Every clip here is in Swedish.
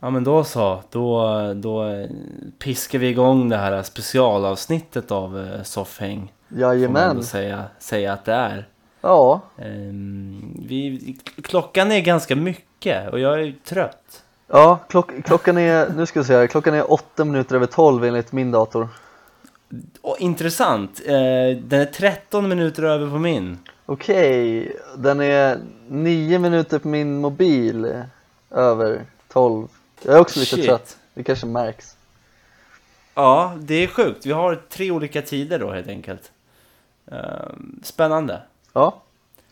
Ja men då så, då, då eh, piskar vi igång det här specialavsnittet av eh, Soffhäng. Får man Jajamän. ändå säga, säga att det är. Ja, Ehm, vi, klockan är ganska mycket och jag är trött. ja klock, klockan är, nu ska vi se här, klockan är åtta minuter över tolv enligt min dator. Och intressant, eh, den är 13 minuter över på min. Okej, den är nio minuter på min mobil över tolv. Jag är också lite Shit. trött, det kanske märks. Ja, det är sjukt. Vi har tre olika tider då helt enkelt. Ehm, spännande. Ja,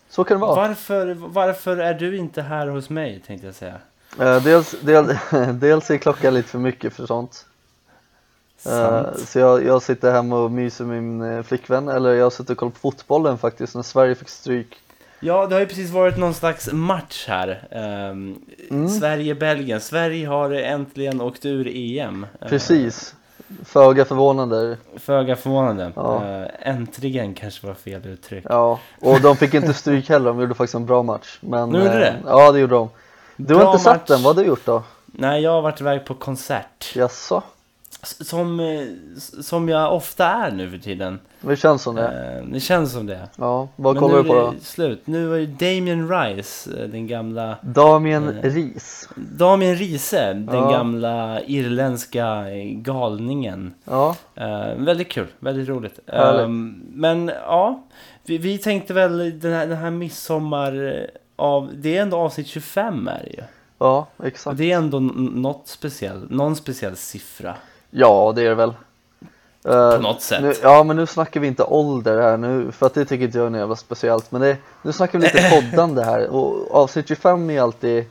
så kan det vara. Varför, varför är du inte här hos mig tänkte jag säga. Eh, dels, del, dels är klockan lite för mycket för sånt. Eh, Sant. så jag, jag sitter hemma och myser med min eh, flickvän, eller jag sitter och kollar på fotbollen faktiskt när Sverige fick stryk. Ja, det har ju precis varit någon slags match här. Ehm, Mm. Sverige-Belgien. Sverige har äntligen åkt ur EM. Ehm, Precis, föga förvånande. Föga förvånande. Ja. Ehm, äntligen kanske var fel uttryck. Ja, och de fick inte stryk heller, de gjorde faktiskt en bra match. Men, Nu gjorde eh, det? Ja, det gjorde de. Du har Bra inte sett match. den, vad har du gjort då? Nej, jag har varit iväg på konsert. Jaså? S- Som, eh, s- som jag ofta är nu för tiden. Det känns som det. Ehm, det känns som det. Ja, vad Men kollar nu du på är då? det slut. Nu var ju Damien Rice, eh, den gamla... Damien Eh. Ris. Damien Riise, den Ja. gamla irländska eh, galningen. Ja, Eh, väldigt kul, väldigt roligt. Härligt. Eh, men ja, vi, vi tänkte väl den här, den här midsommar... eh, Av, det är ändå avsnitt 25 är det ju. ja, Och exakt. det är ändå n- något speciell, någon speciell siffra. Ja, det är det väl. På Eh, något sätt. Nu, ja men nu snackar vi inte ålder här nu för att det tycker inte jag är något jävla speciellt men det, nu snackar vi lite poddande här och avsnitt 25 är alltid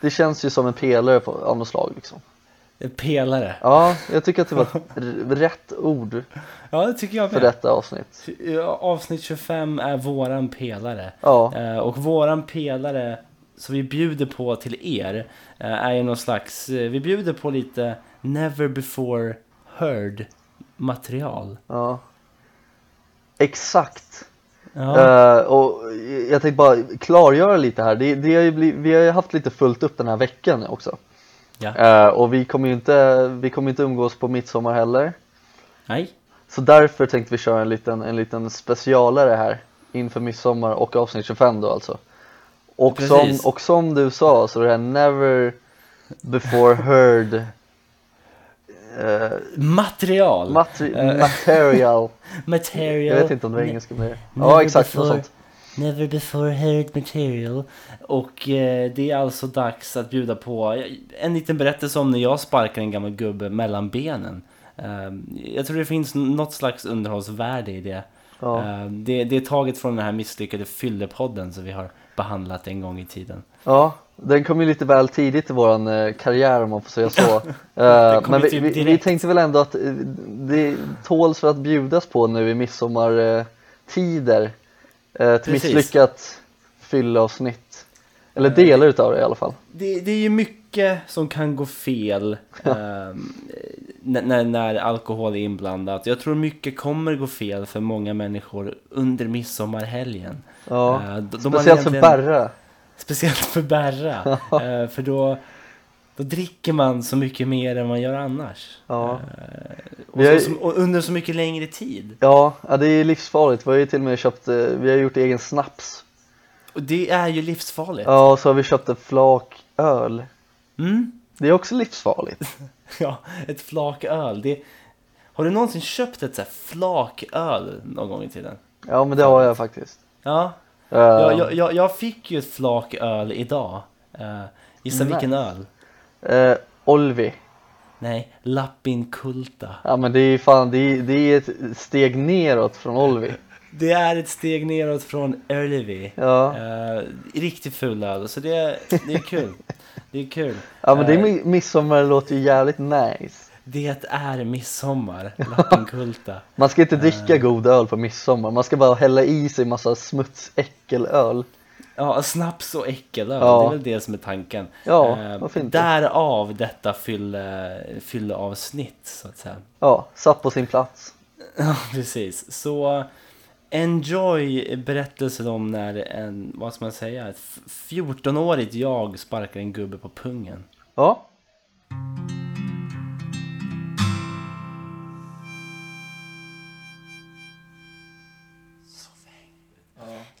det känns ju som en pelare på, av något slag liksom. En Eh, pelare. Ja, jag tycker att det var ett r- rätt ord Ja, det tycker jag för med. detta avsnitt. Ja, Avsnitt 25 är våran pelare. Ja, Eh, Och våran pelare som vi bjuder på till er eh, är ju någon slags, eh, vi bjuder på lite never before heard material. ja. Exakt. Ja, Eh, och jag tänkte bara klargöra lite här. Det, det har ju bli- vi har ju haft lite fullt upp den här veckan också. Ja. Eh, och vi kommer ju inte, vi kommer inte umgås på midsommar heller. nej. Så därför tänkte vi köra en liten, en liten specialare här inför midsommar och avsnitt 25 då alltså. Och som, Precis. och som du sa så det här never before heard eh, Material. Eh. materi- material. material. Jag vet inte om det var engelska med det. Ja never exakt, något before. sånt. Never before heard material. Och eh, det är alltså dags att bjuda på eh, en liten berättelse om när jag sparkar en gammal gubbe mellan benen. Eh, jag tror det finns något slags underhållsvärde i det. Ja. Eh, det. Det är taget från den här misslyckade fyllepodden som vi har behandlat en gång i tiden. Ja, den kom ju lite väl tidigt i våran eh, karriär om man får säga så. Eh, kom men ju vi, typ vi, vi direkt. tänkte väl ändå att eh, det tåls för att bjudas på nu i midsommartider. Eh, ett Precis. Eh, misslyckat fylleavsnitt. Eller delar utav det i alla fall. Det, det är ju mycket som kan gå fel eh, när, när, när alkohol är inblandat. Jag tror mycket kommer gå fel för många människor under midsommarhelgen. Ja. Eh, då- då man Speciellt för egentligen- Berra. Speciellt för Berra. eh, för då, då dricker man så mycket mer än man gör annars. Eh, Ja. Och, Vi har så, ju- som- och under så mycket längre tid. Ja, ja, det är livsfarligt. Vi har ju till och med köpt, eh, vi har gjort egen snaps. Och det är ju livsfarligt. Ja, och så har vi köpt en flak öl. Mm? Det är också livsfarligt. ja ett flak öl. Det, har du någonsin köpt ett så här flak öl någon gång i tiden? Ja, men det har jag faktiskt. Ja, Eh, jag, jag, jag, jag fick ju ett flak öl idag. Eh, gissa Nice. vilken öl? eh, Olvi. Nej, Lappinkulta. Ja men det är ju fan, det är, det är ett steg neråt från Olvi. Det är ett steg neråt från Ölvi. Ja. Eh, riktigt ful öl, så det, det är kul. Det är kul. ja men det är Eh, mi- midsommar låter ju jävligt nice. det är midsommar, Lappenkulta. Man ska inte Eh. dricka god öl på midsommar, man ska bara hälla i sig massa smutsäckelöl. Ja, snaps och äckelöl, Ja. det är väl det som är tanken. Ja, Eh, varför inte? därav detta fylle, fylleavsnitt, så att säga. Ja, satt på sin plats. Ja, precis. Så enjoy berättelsen om när en, vad ska man säga, ett f- 14-årigt jag sparkar en gubbe på pungen. Ja,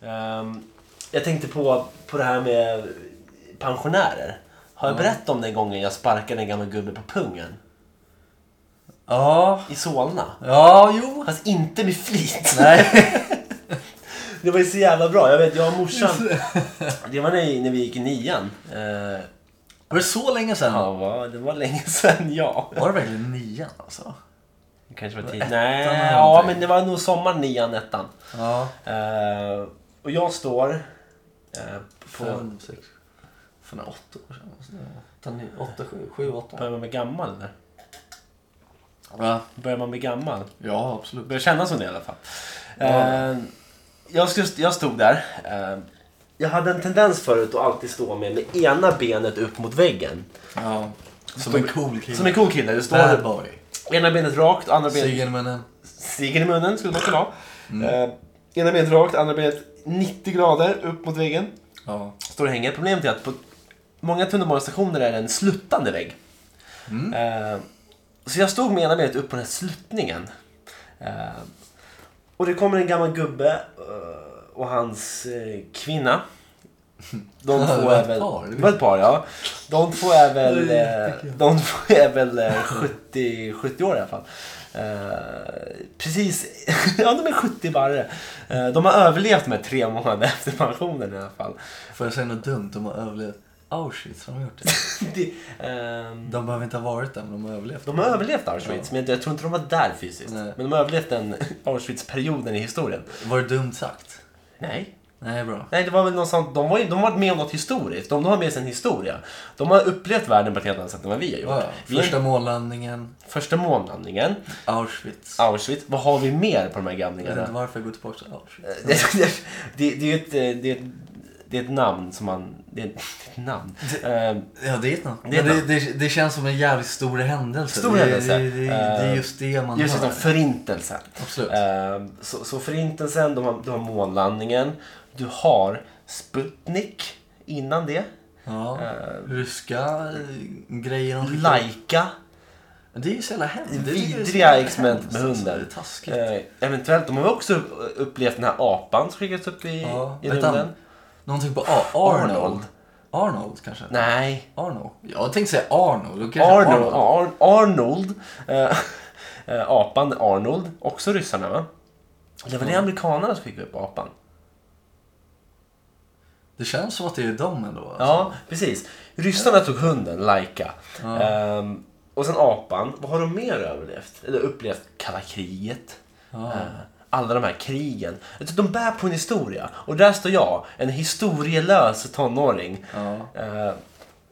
Ehm, jag tänkte på, på det här med pensionärer. Har jag berättat om den gången jag sparkade en gammal gubbe på pungen? Ja, I Solna. ja jo. Fast inte med flit. Nej. Det var ju så jävla bra. Jag vet, jag och morsan. Det var när, när vi gick i nian. Eh, Var det så länge sedan? ja, va, det var länge sedan, ja. Var det verkligen nian alltså? Det kanske var ettan tidigt. Nej, eller ja, någonting. men det var nog sommar nian, ettan. Ja. Eh, och jag står eh, på... Fem, sex, fan det är åtta år sedan. måste det vara. Åtta, nio, Åtta, sju, sju, åtta. Börjar man bli gammal eller? Va? Börjar man bli gammal? Ja, absolut. börjar kännas som det i alla fall. Ja. Eh, jag, skulle, jag stod där. Eh, jag hade en tendens förut att alltid stå med, med ena benet upp mot väggen. Ja. Som Som- en cool kille. Som en cool kille. Du Bad står boy. ena benet rakt, andra benet Sigelmännen. stigen i munnen skulle man kunna ha. Mm. Eh, ena benet rakt, andra benet 90 grader upp mot väggen. Ja. Står och hänger. Problemet är att på många tunnelbanestationer är det en sluttande vägg. Mm. Eh, så jag stod med ena benet upp på den här sluttningen. Eh, och det kommer en gammal gubbe eh, och hans eh, kvinna. De Ja, det två var ett är väl... par, det Det var ett par, ja. De två är väl, Det eh, de två är väl eh, 70, 70 år i alla fall. Eh, precis, ja de är 70 barre. Eh, de har överlevt med tre månader efter pensionen i alla fall. Får jag säga något dumt? De har överlevt Auschwitz. Har de gjort det? Det, ehm, De behöver inte ha varit där, men de har överlevt. De har överlevt Auschwitz, men jag tror inte de var där fysiskt. Nej. Men de har överlevt den Auschwitz-perioden i historien. Var det dumt sagt? Nej. Nej, bra. Nej, det var väl något sånt. De, var ju, de har varit med om något historiskt. De, de har med sig en historia. De har upplevt världen på ett helt annat sätt än vad vi har gjort. Ja, Vi är- första månlandningen, första månlandningen, Auschwitz. Auschwitz. Vad har vi mer på de här Jag vet gamlingarna? inte varför jag går tillbaka till Auschwitz. Det, det, det, det är ju ett, eh, det, är ett, det är ett namn som man... Det är ett, ett namn. Eh, Ja, det är ett namn. Det är Men det, det, det känns som en jävligt stor händelse. Stor det, händelse. Det, det, det är Eh, just det man just hör. det, förintelsen. Absolut. Eh, så, så förintelsen, de har, du har månlandningen, du har Sputnik innan det, ja. eh, Ryska eh, grejer de skickar. Laika, Det är ju så jävla hemskt. Det är ju så vidriga jävla experiment hemskt, med alltså. hundar. Det är taskigt. Eh, eventuellt, de har väl också upplevt den här apan som skickades upp i, Ja, i vänta. rymden. typ Någonting på A- Arnold. Arnold. kanske? Nej, Arnold. Jag tänkte säga Arnold. Då kanske Arnold. Ar, Arnold. Eh, eh, apan Arnold, också ryssarna va? Det var det amerikanerna som skickade upp apan. Det känns som att det är dem ändå. Alltså. Ja, precis. Ryssarna tog hunden, Laika. Ja. Ehm, och sen apan. Vad har de mer överlevt? Eller upplevt? Kalla kriget. Ja. Eh, alla de här krigen. Jag tror De bär på en historia. Och där står jag, en historielös tonåring. Ja. eh,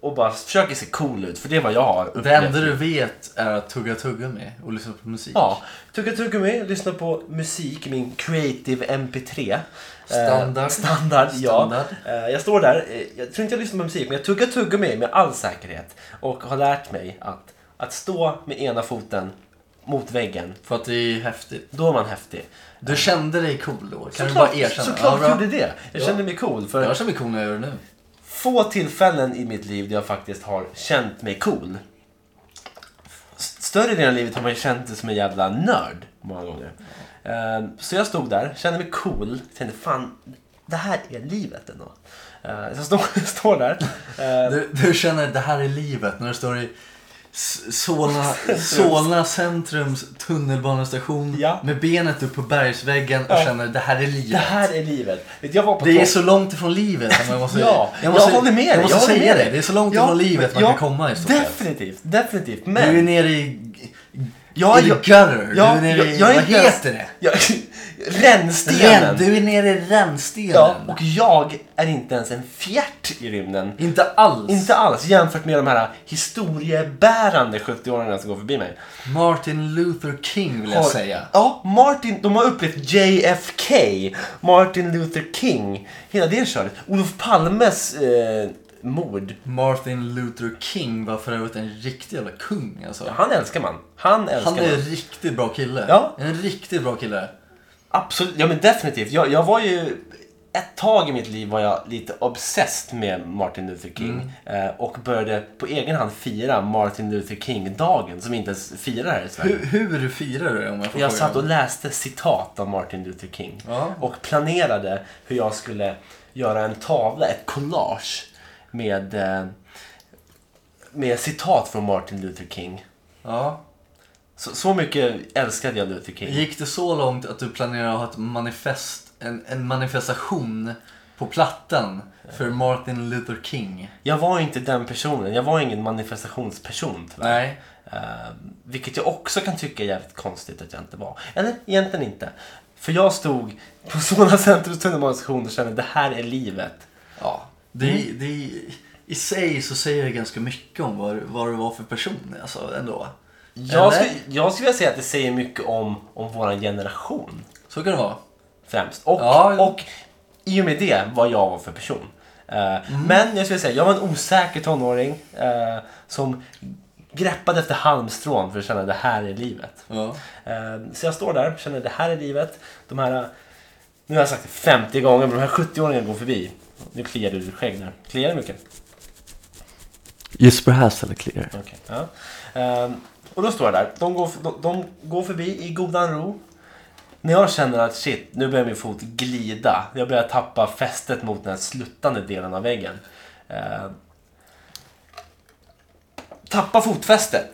och bara försöker se cool ut, för det är vad jag har upplevt. Det enda du vet är att tugga tugga med och lyssna på musik. Ja. Tugga tuggummi, lyssna på musik, min creative mp3. Eh, Standard. standard, Standard. ja. Eh, jag står där, eh, jag tror inte jag lyssnar på musik, men jag tuggar tuggummi med all säkerhet. Och har lärt mig att, att stå med ena foten mot väggen, För att det är häftigt. då är man häftig. Du kände dig cool då? Kan du Såklart, bara erkänna? såklart bra. gjorde det. Jag Ja. kände mig cool. För Jag känner mig cool när jag gör det nu. få tillfällen i mitt liv där jag faktiskt har känt mig cool. S- Större delen av livet har man ju känt sig som en jävla nörd många gånger. Ehm, Så jag stod där, kände mig cool, tänkte fan, det här är livet ändå. Ehm, Så jag står, står där. Ehm, Du, du känner att det här är livet när du står i S- Solna, Solna centrums tunnelbanestation Ja. med benet upp på bergsväggen och Ja. känner att det här är livet. Det här är livet. Vet du, Jag var på Det är topp- så långt ifrån livet. men Jag, måste, Ja, jag, måste, håller med dig. Jag måste håller säga med det. dig. Det är så långt Ja, ifrån livet man ja, kan komma i stort sett. Definitivt, definitivt. Du Men... är nere i... Ja, i the jag- gutter. ja, du är nere jag- i... jag är vad inte ens- heter det? Ja, Rännstenen. Rän, du är nere i rännstenen. Ja, och jag är inte ens en fjärt i rymden. Inte alls. Inte alls jämfört med de här historiebärande 70-åringarna som går förbi mig. Martin Luther King vill jag Har- säga. Ja, Martin, de har upplevt JFK, Martin Luther King, hela det köret. Olof Palmes eh, mord. Martin Luther King var för övrigt en riktig jävla kung alltså. Han älskar man. Han älskar Han är en man. riktigt bra kille. Ja. En riktigt bra kille. Absolut, ja men definitivt. Jag, jag var ju ett tag i mitt liv var jag lite obsessed med Martin Luther King Mm. eh, och började på egen hand fira Martin Luther King-dagen som inte ens firar här i Sverige. Hur, hur firar du det om jag får Jag fråga? satt och läste citat av Martin Luther King Ja. och planerade hur jag skulle göra en tavla, ett collage med, eh, med citat från Martin Luther King. ja. Så, så mycket älskade jag Luther King. Gick det så långt att du planerar att ha ett manifest, en, en manifestation på plattan för Martin Luther King? Jag var inte den personen. Jag var ingen manifestationsperson tyvärr. Nej. Eh, vilket jag också kan tycka är jävligt konstigt att jag inte var. Eller egentligen inte. För jag stod på sådana centrums tunnelbanestation och kände det här är livet. Ja. Det, Mm. det, I sig så säger det ganska mycket om vad, vad du var för person alltså, ändå. Jag Eller? skulle, jag skulle vilja säga att det säger mycket om, om vår generation Så kan det vara. främst. Och, Ja, ja. och i och med det vad jag var för person. Eh, Men jag skulle säga, jag var en osäker tonåring eh, som greppade efter halmstrån för att känna det här är livet. Ja. Eh, Så jag står där och känner det här är livet. De här, nu har jag sagt det 50 gånger, men de här 70-åringarna går förbi. Nu kliar du i ditt skägg där. Kliar det mycket? Jesper Hassel clear. Okej. Ja. Ehm, och då står jag där. De går, de, de går förbi i godan ro. När jag känner att shit, nu börjar min fot glida. Jag börjar tappa fästet mot den här sluttande delen av väggen. Ehm, tappa fotfästet.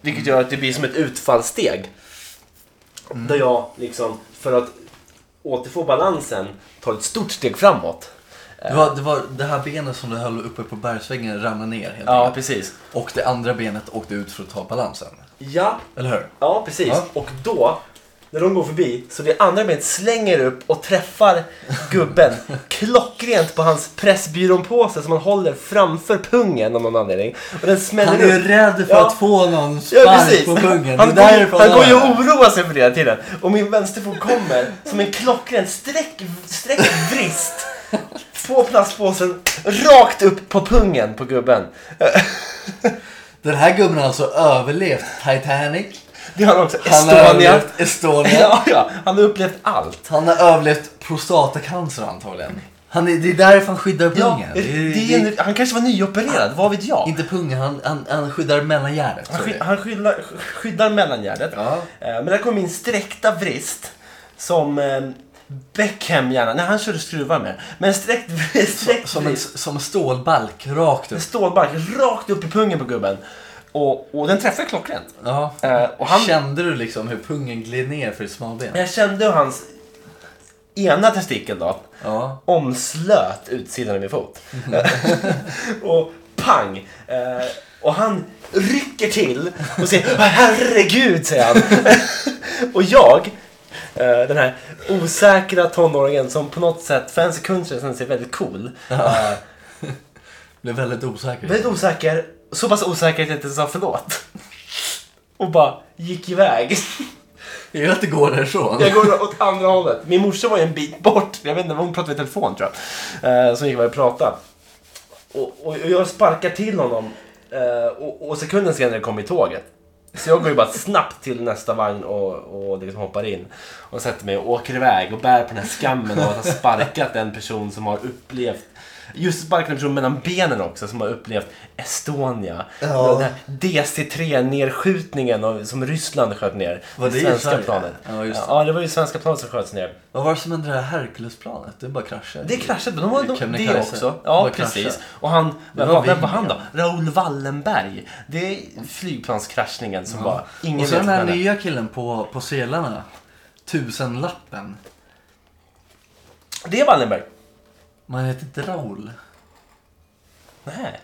Vilket gör att det blir som ett utfallssteg. Där jag liksom, för att återfå balansen, tar ett stort steg framåt. Det, var, det var det här benet som du höll uppe på bergsväggen ramlade ner helt Ja, enkelt. precis. Och det andra benet åkte ut för att ta balansen. Ja, Eller hur? Ja, precis. Ja. Och då, när de går förbi, så det andra benet slänger upp och träffar gubben klockrent på hans Pressbyrån-påse som han håller framför pungen av någon anledning. Och den smäller Han är ju upp. rädd för Ja. att få någon spark Ja, precis. på pungen. Han, det är går, därför han går gör ju och det. oroar sig för det hela tiden. Och min vänsterfot kommer som en klockren sträck, sträckvrist på plastpåsen rakt upp på pungen på gubben. Den här gubben har alltså överlevt Titanic. Det har han också. Han har Estonia. överlevt Estonia. Ja, ja. Han har upplevt allt. Han har överlevt prostatacancer antagligen. Han är, det är därför han skyddar Ja, pungen. det, det är en, han kanske var nyopererad, vad vet jag? Inte pungen, han, han, han skyddar mellangärdet. Han, tror sky, jag. han skyddar, skyddar mellangärdet. Ja. Eh, Men där kom min sträckta vrist som eh, Beckham gärna, nej han körde skruvar med. Men sträckt vrist, sträckt Som en, vrist, som en stålbalk rakt en upp. stålbark rakt upp i pungen på gubben. Och, och den träffade klockrent. Ja. Eh, Och han, Kände du liksom hur pungen gled ner för smalbenet? jag kände hur hans ena testikel då Ja. omslöt utsidan av min fot. och pang! Eh, och han rycker till och säger "Åh, herregud, säger han. och jag, eh, den här osäkra tonåringen som på något sätt för en sekund sedan ser väldigt cool. Eh, Blev väldigt osäker. väldigt osäker, så pass osäker att jag inte sa förlåt. Och bara gick iväg. Det är att det går därifrån. Jag går åt andra hållet. Min morsa var ju en bit bort. Jag vet inte, hon pratade i telefon tror jag. Eh, som gick iväg och pratade. Och, och jag sparkar till honom. Eh, och, och sekunden senare kommer tåget. Så jag går ju bara snabbt till nästa vagn och, och liksom hoppar in. Och sätter mig och åker iväg och bär på den här skammen av att ha sparkat en person som har upplevt Just sparkat en person mellan benen också som har upplevt Estonia. Ja. Den här DC-3-nedskjutningen av- som Ryssland sköt ner. Var det i svenska Sverige? planet. Ja, just det. Ja, det var ju svenska planet som sköts ner. Vad var det som hände det här Herculesplanet? Det bara kraschade. Det kraschade, men de var de, Kebnekaise. det också. Det Ja, var precis. kraschat. Och han, Det vem var var, vem Wing, var han då? Raoul Wallenberg. Det är flygplanskraschningen som var... Ingen Och så vet den här vem det är. nya killen på, på selarna. Tusenlappen. Det är Wallenberg. Man heter inte Raoul. Nej.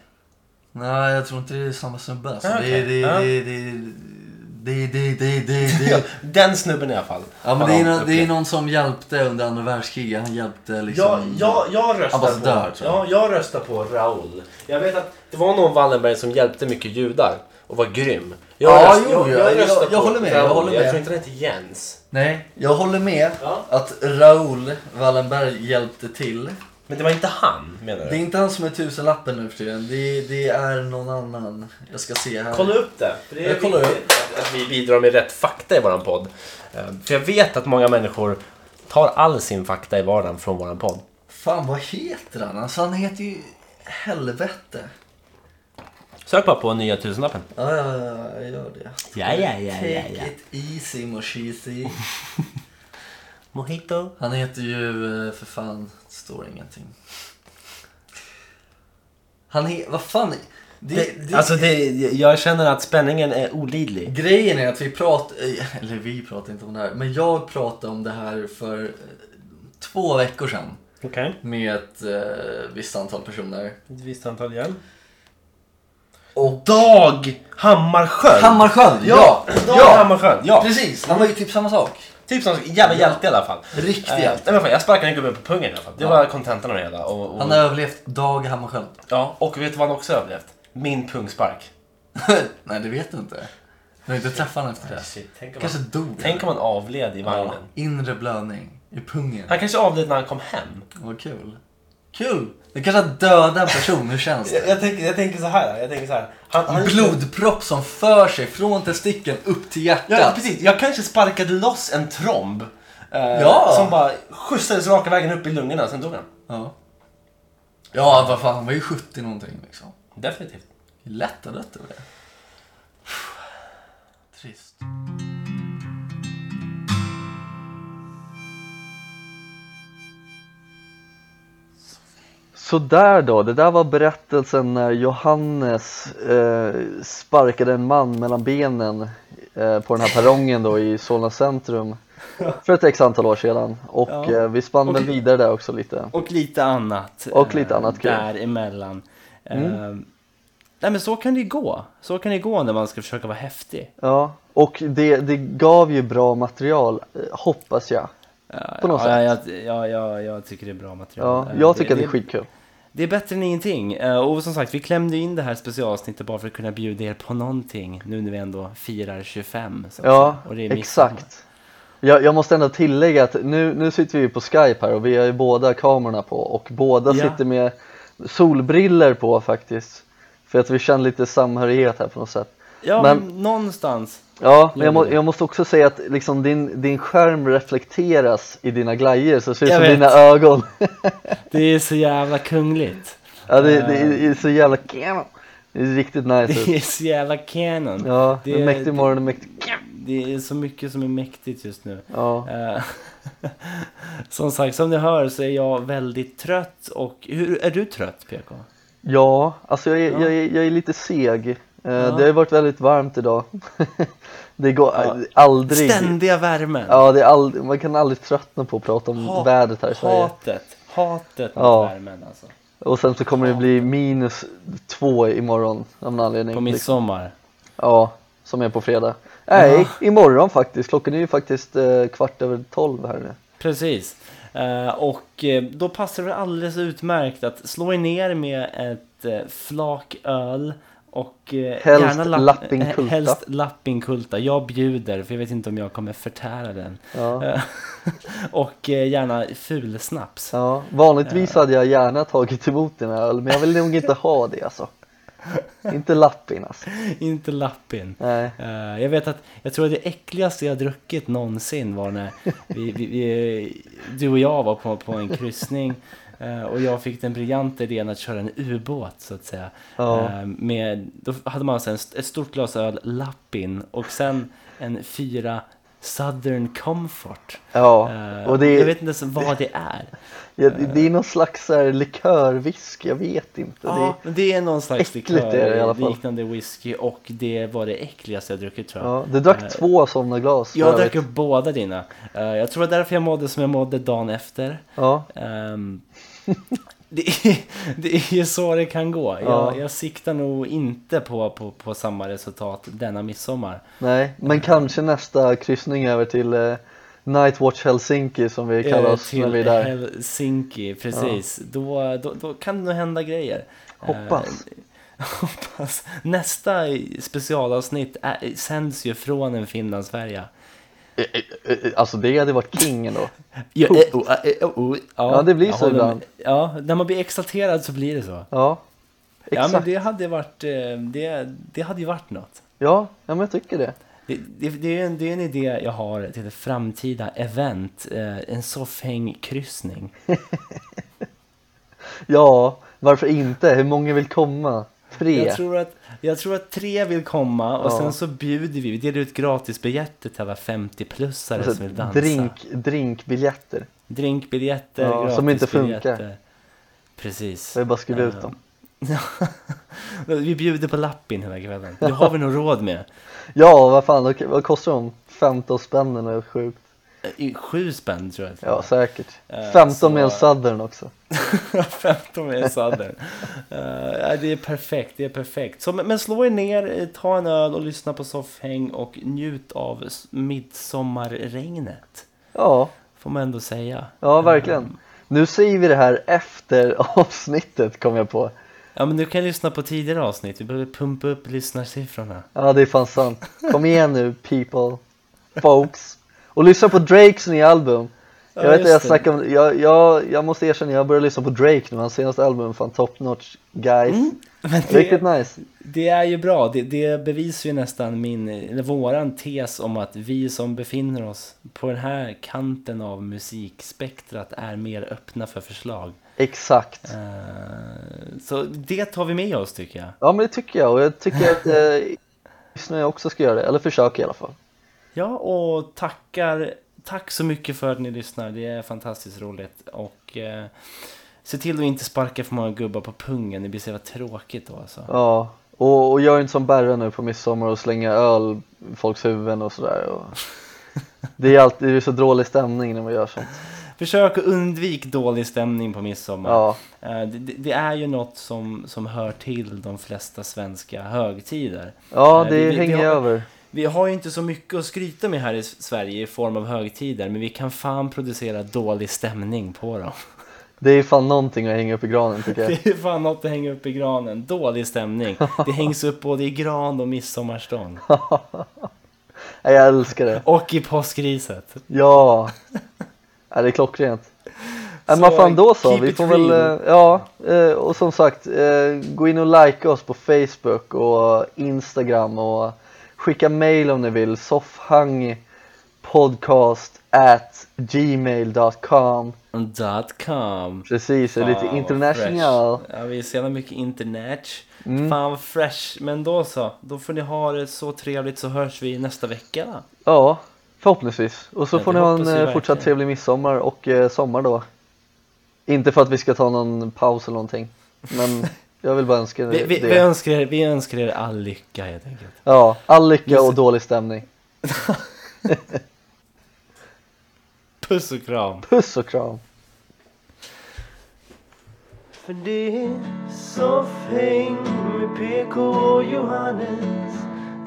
Nej, jag tror inte det är samma snubbe. Alltså. Ja, Ah, okej. Det, det, Ja. det, det, det, det, det, det, Ja, det. den snubben i alla fall. Ja, men har det är, de någon, det är upplevt. någon som hjälpte under andra världskriget. Han hjälpte Ja, liksom... jag, jag röstar Ambassadör, på, tror ja, jag. jag röstar på Raoul. Jag vet att det var någon Wallenberg som hjälpte mycket judar och var grym. Jag Ja, röst- jo, jag- jag- jag håller med, jag Raoul. håller med. Jag tror inte det heter Jens. Nej, jag håller med Ja. att Raoul Wallenberg hjälpte till. Men det var inte han, menar Det är du? inte han som är tusenlappen nu för tiden. Det, det är någon annan. Jag ska se här. Kolla upp det. För det är Jag kollar upp. viktigt att- att vi bidrar med rätt fakta i våran podd. Eh, För jag vet att många människor tar all sin fakta i vardagen från våran podd. Fan, vad heter han? Alltså, han heter ju Helvete. Sök bara på nya tusenlappen. Ja, ja, ja, jag gör det. Ja, ja, ja, ja, ja. Take it easy, Moshisi. Mojito. Han heter ju, eh, för fan, det står ingenting. Han he, vad fan. Det, det, alltså, det, jag känner att spänningen är olidlig. Grejen är att vi pratar, eller vi pratar inte om det här, men jag pratade om det här för eh, två veckor sedan Okej. med ett eh, visst antal personer. Ett visst antal igen. Och Dag Hammarskjöld! Hammarskjöld! ja! Ja! Dag Hammarskjöld! Ja! Precis! Han var ju typ samma sak. Typ som jävla hjälte i alla fall. Riktig Eh, hjälte. nej, men fan, jag sparkade en gubbe på pungen i alla fall. Det Ja. var kontentan av det hela. Och, och, Han har överlevt Dag Hammarskjöld. ja, och vet du vad han också överlevt? Min pungspark. Nej, det vet du inte. Du har inte träffat honom efter det. Shit, tänk, om Kanske han, dog. tänk om han avled i vagnen. Ja, Inre blödning i pungen. Han kanske avled när han kom hem. Vad kul. Kul! Du kanske har dödat en person, hur känns det? tänker, jag tänker så här. Jag tänker så här. Han, Blodpropp som för sig från testikeln upp till hjärtat. Ja, precis. Jag kanske sparkade loss en tromb. eh, Ja. Som bara skjutsades raka vägen upp i lungorna, sen dog han. Ja. Ja, vad fan, han var ju 70 någonting liksom. Definitivt. Det är Lätt att dött över det. Trist. Sådär då, det där var berättelsen när Johannes eh, sparkade en man mellan benen eh, på den här perrongen då i Solna centrum för ett x antal år sedan och Ja. eh, vi spann väl Och- vidare där också lite. Och lite annat. eh, Och lite annat kul. Däremellan. Eh, Mm. nej men så kan det ju gå. Så kan det gå när man ska försöka vara häftig. Ja, och det, det gav ju bra material eh, hoppas jag. Ja, På något ja, Jag, ja, ja, jag tycker det är bra material. Ja, Eh, jag tycker att det är skitkul. Det är bättre än ingenting. Eh, Och som sagt, vi klämde in det här specialavsnittet bara för att kunna bjuda er på någonting. Nu när vi ändå firar 25. Så att Ja, säga. midsommar. exakt. Jag, jag måste ändå tillägga att nu, nu sitter vi på Skype här och vi har ju båda kamerorna på och båda Ja. sitter med solbriller på faktiskt. För att vi känner lite samhörighet här på något sätt. Ja, men, Men- någonstans. Ja, men jag, må, Gör det. jag måste också säga att liksom din, din skärm reflekteras i dina glajjor så det ser ut Jag som vet. dina ögon. Det är så jävla kungligt. ja, det, det, är, det är så jävla Det är riktigt nice Det ut. är så jävla canon. Ja, det- en mäktig det- morgon och mäktig... Det är så mycket som är mäktigt just nu. Ja, Eh, som sagt, som ni hör så är jag väldigt trött och... Hur, är du trött PK? ja alltså jag är, Jag, är, jag är lite seg. Eh, Det har ju varit väldigt varmt idag. det går eh, Ja. aldrig... Ständiga värmen. Ja, det är all... man kan aldrig tröttna på att prata om Ha- vädret här i Sverige. Hatet. Hatet Ja. mot värmen alltså. Och sen så kommer det bli minus två imorgon av någon anledning. Liksom. På midsommar. Ja, som är på fredag. Nej, imorgon faktiskt. Klockan är ju faktiskt eh, kvart över tolv här nu. Precis. Eh, och eh, då passar det väl alldeles utmärkt att slå er ner med ett eh, flak öl och eh, Helst gärna lapp- lappinkulta. eh, Helst lappinkulta. Jag bjuder för jag vet inte om jag kommer förtära den. Ja. Eh, och eh, gärna fulsnaps. Ja. Vanligtvis hade jag gärna tagit emot den här öl, men jag vill nog inte ha det alltså. Inte lappin alltså. inte lappin. Nej. Eh, jag vet att jag tror att det äckligaste jag druckit någonsin var när vi, vi, vi, du och jag var på, på en kryssning eh, och jag fick den briljanta idén att köra en ubåt så att säga. Ja. Eh, med, då hade man alltså en, st- ett stort glas öl lappin och sen en fyra Southern Comfort. Ja, Eh, och det Jag är, vet inte ens vad det är. ja, det- Eh. det är någon slags så här, likörvisk, jag vet inte. Ja, Det, men det är någon slags äckligt är det i alla fall. liknande whisky och det var det äckligaste jag druckit tror jag. ja, du drack Eh, två sådana glas. Jag vad drack vet. upp båda dina. Eh, jag tror det var därför jag mådde som jag mådde dagen efter. Ja, Ehm, det, är, det är ju så det kan gå. Ja. Jag, jag siktar nog inte på, på, på samma resultat denna midsommar. nej, men kanske nästa kryssning över till eh, Nightwatch Helsinki som vi kallar Eh, oss när till vi är där. Helsinki, precis. Då, då, då kan det nog hända grejer. Hoppas. Eh, hoppas. Nästa specialavsnitt är, sänds ju från en Finlandsfärja. Eh, eh, eh, Alltså det hade varit king ändå. Ja, eh, oh, eh, oh, oh. Ja, det blir jag så håller ibland. med. Ja, när man blir exalterad så blir det så. Ja, Ja exakt. men det hade varit, eh, det, det hade ju varit något. ja, ja, men jag tycker det. Det, det, det, är en, det är en idé jag har till ett framtida event, eh, en soffhängkryssning. Ja, varför inte? Hur många vill komma? Tre? Jag tror, att, jag tror att tre vill komma och Ja. sen så bjuder vi, vi delar ut gratisbiljetter till alla 50-plussare Alltså, som vill dansa. drink, drinkbiljetter. Drinkbiljetter, Ja, som inte gratisbiljetter. funkar. Precis. Jag vill bara skriva Eh, ut dem. Vi bjuder på lappin hela kvällen. Det har vi nog råd med. Ja, vad fan, okej, vad kostar de? 15 spänn eller sjukt. I- Sju spänn tror jag. Ja, säkert. Eh, 15 så- med en southern också. 15 med sadden. Uh, det är perfekt, det är perfekt. Så, men men slå er ner, eh, ta en öl och lyssna på soffhäng och njut av s- midsommarregnet. Ja, Får man ändå säga. ja verkligen. Nu säger vi det här efter avsnittet kom jag på. Ja men du kan lyssna på tidigare avsnitt, vi behöver pumpa upp lyssnarsiffrorna. Ja, det är fan sant. Kom igen nu, people, folks. Och lyssna på Drakes nya album. Jag Ja, vet just att jag det. snackar om jag, jag, jag måste erkänna, jag börjar lyssna på Drake nu. Hans senaste album, fan top notch, guys. Men Riktigt Mm, det, nice. det är ju bra, det, det bevisar ju nästan min, eller våran tes om att vi som befinner oss på den här kanten av musikspektrat är mer öppna för förslag. Exakt. Eh, Så det tar vi med oss tycker jag. Ja, men det tycker jag. Och jag tycker att eh, lyssnare också ska göra det. Eller försöka i alla fall. Ja, och tackar. Tack så mycket för att ni lyssnar. Det är fantastiskt roligt. Och eh, se till att inte sparka för många gubbar på pungen. Det blir så jävla tråkigt då alltså. Ja. Och, och gör inte som Berra nu på midsommar och slänga öl i folks huvuden och sådär. Och... Det är alltid det är så dålig stämning när man gör sånt. Försök att undvik dålig stämning på midsommar. Ja, Eh, det, det det är ju något som, som hör till de flesta svenska högtider. ja Eh, det vi- vi- hänger vi har- över. Vi har ju inte så mycket att skryta med här i S- Sverige i form av högtider. Men vi kan fan producera dålig stämning på dem. Det är fan någonting att hänga upp i granen tycker jag. Det är fan något att hänga upp i granen. Dålig stämning. Det hängs upp både i gran och midsommarstång. Nej, Jag älskar det. Och i påskriset. Ja, ja det är klockrent. Äh, Men vad Så, fan då så, keep vi it får väl, real. eh, ja, eh, och som sagt, eh, gå in och like oss på Facebook och Instagram och skicka mail om ni vill, soffhangpodcast at gmail.com Dot com. Precis, det är Fan, lite vad international. Mm. fresh. Ja, vi är så jävla mycket internet. Fan vad fresh. Men då så. Då får ni ha det så trevligt så hörs vi nästa vecka. va? Ja, förhoppningsvis. Och så Ja, får det ni ha en hoppas vi eh, fortsatt verkligen. trevlig midsommar och eh, sommar då. Inte för att vi ska ta någon paus eller någonting, men jag vill bara önska er Vi, vi, det. vi, önskar er, vi önskar er all lycka helt enkelt. Ja, all lycka och dålig stämning. Puss och kram. Puss och kram. För det är soffhäng med PK och oh, Johannes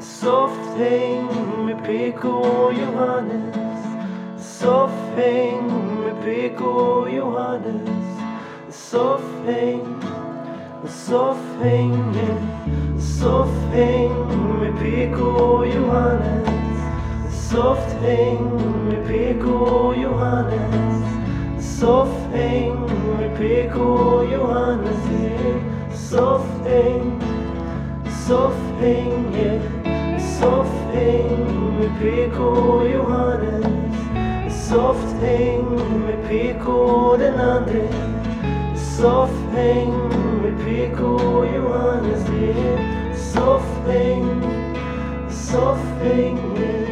Soffhäng med PK och oh, Johannes Soffhäng med PK och oh, Johannes Soffhäng, soffhäng Soffhäng med PK och oh, Johannes Soffhäng med PK och oh, Johannes Soffhäng med PK och Johannes yeah. Soffhäng Soffhäng yeah. Soffhäng med PK och Johannes Soffhäng med PK och den andre Soffhäng med PK och Johannes yeah. Soffhäng Soffhäng yeah.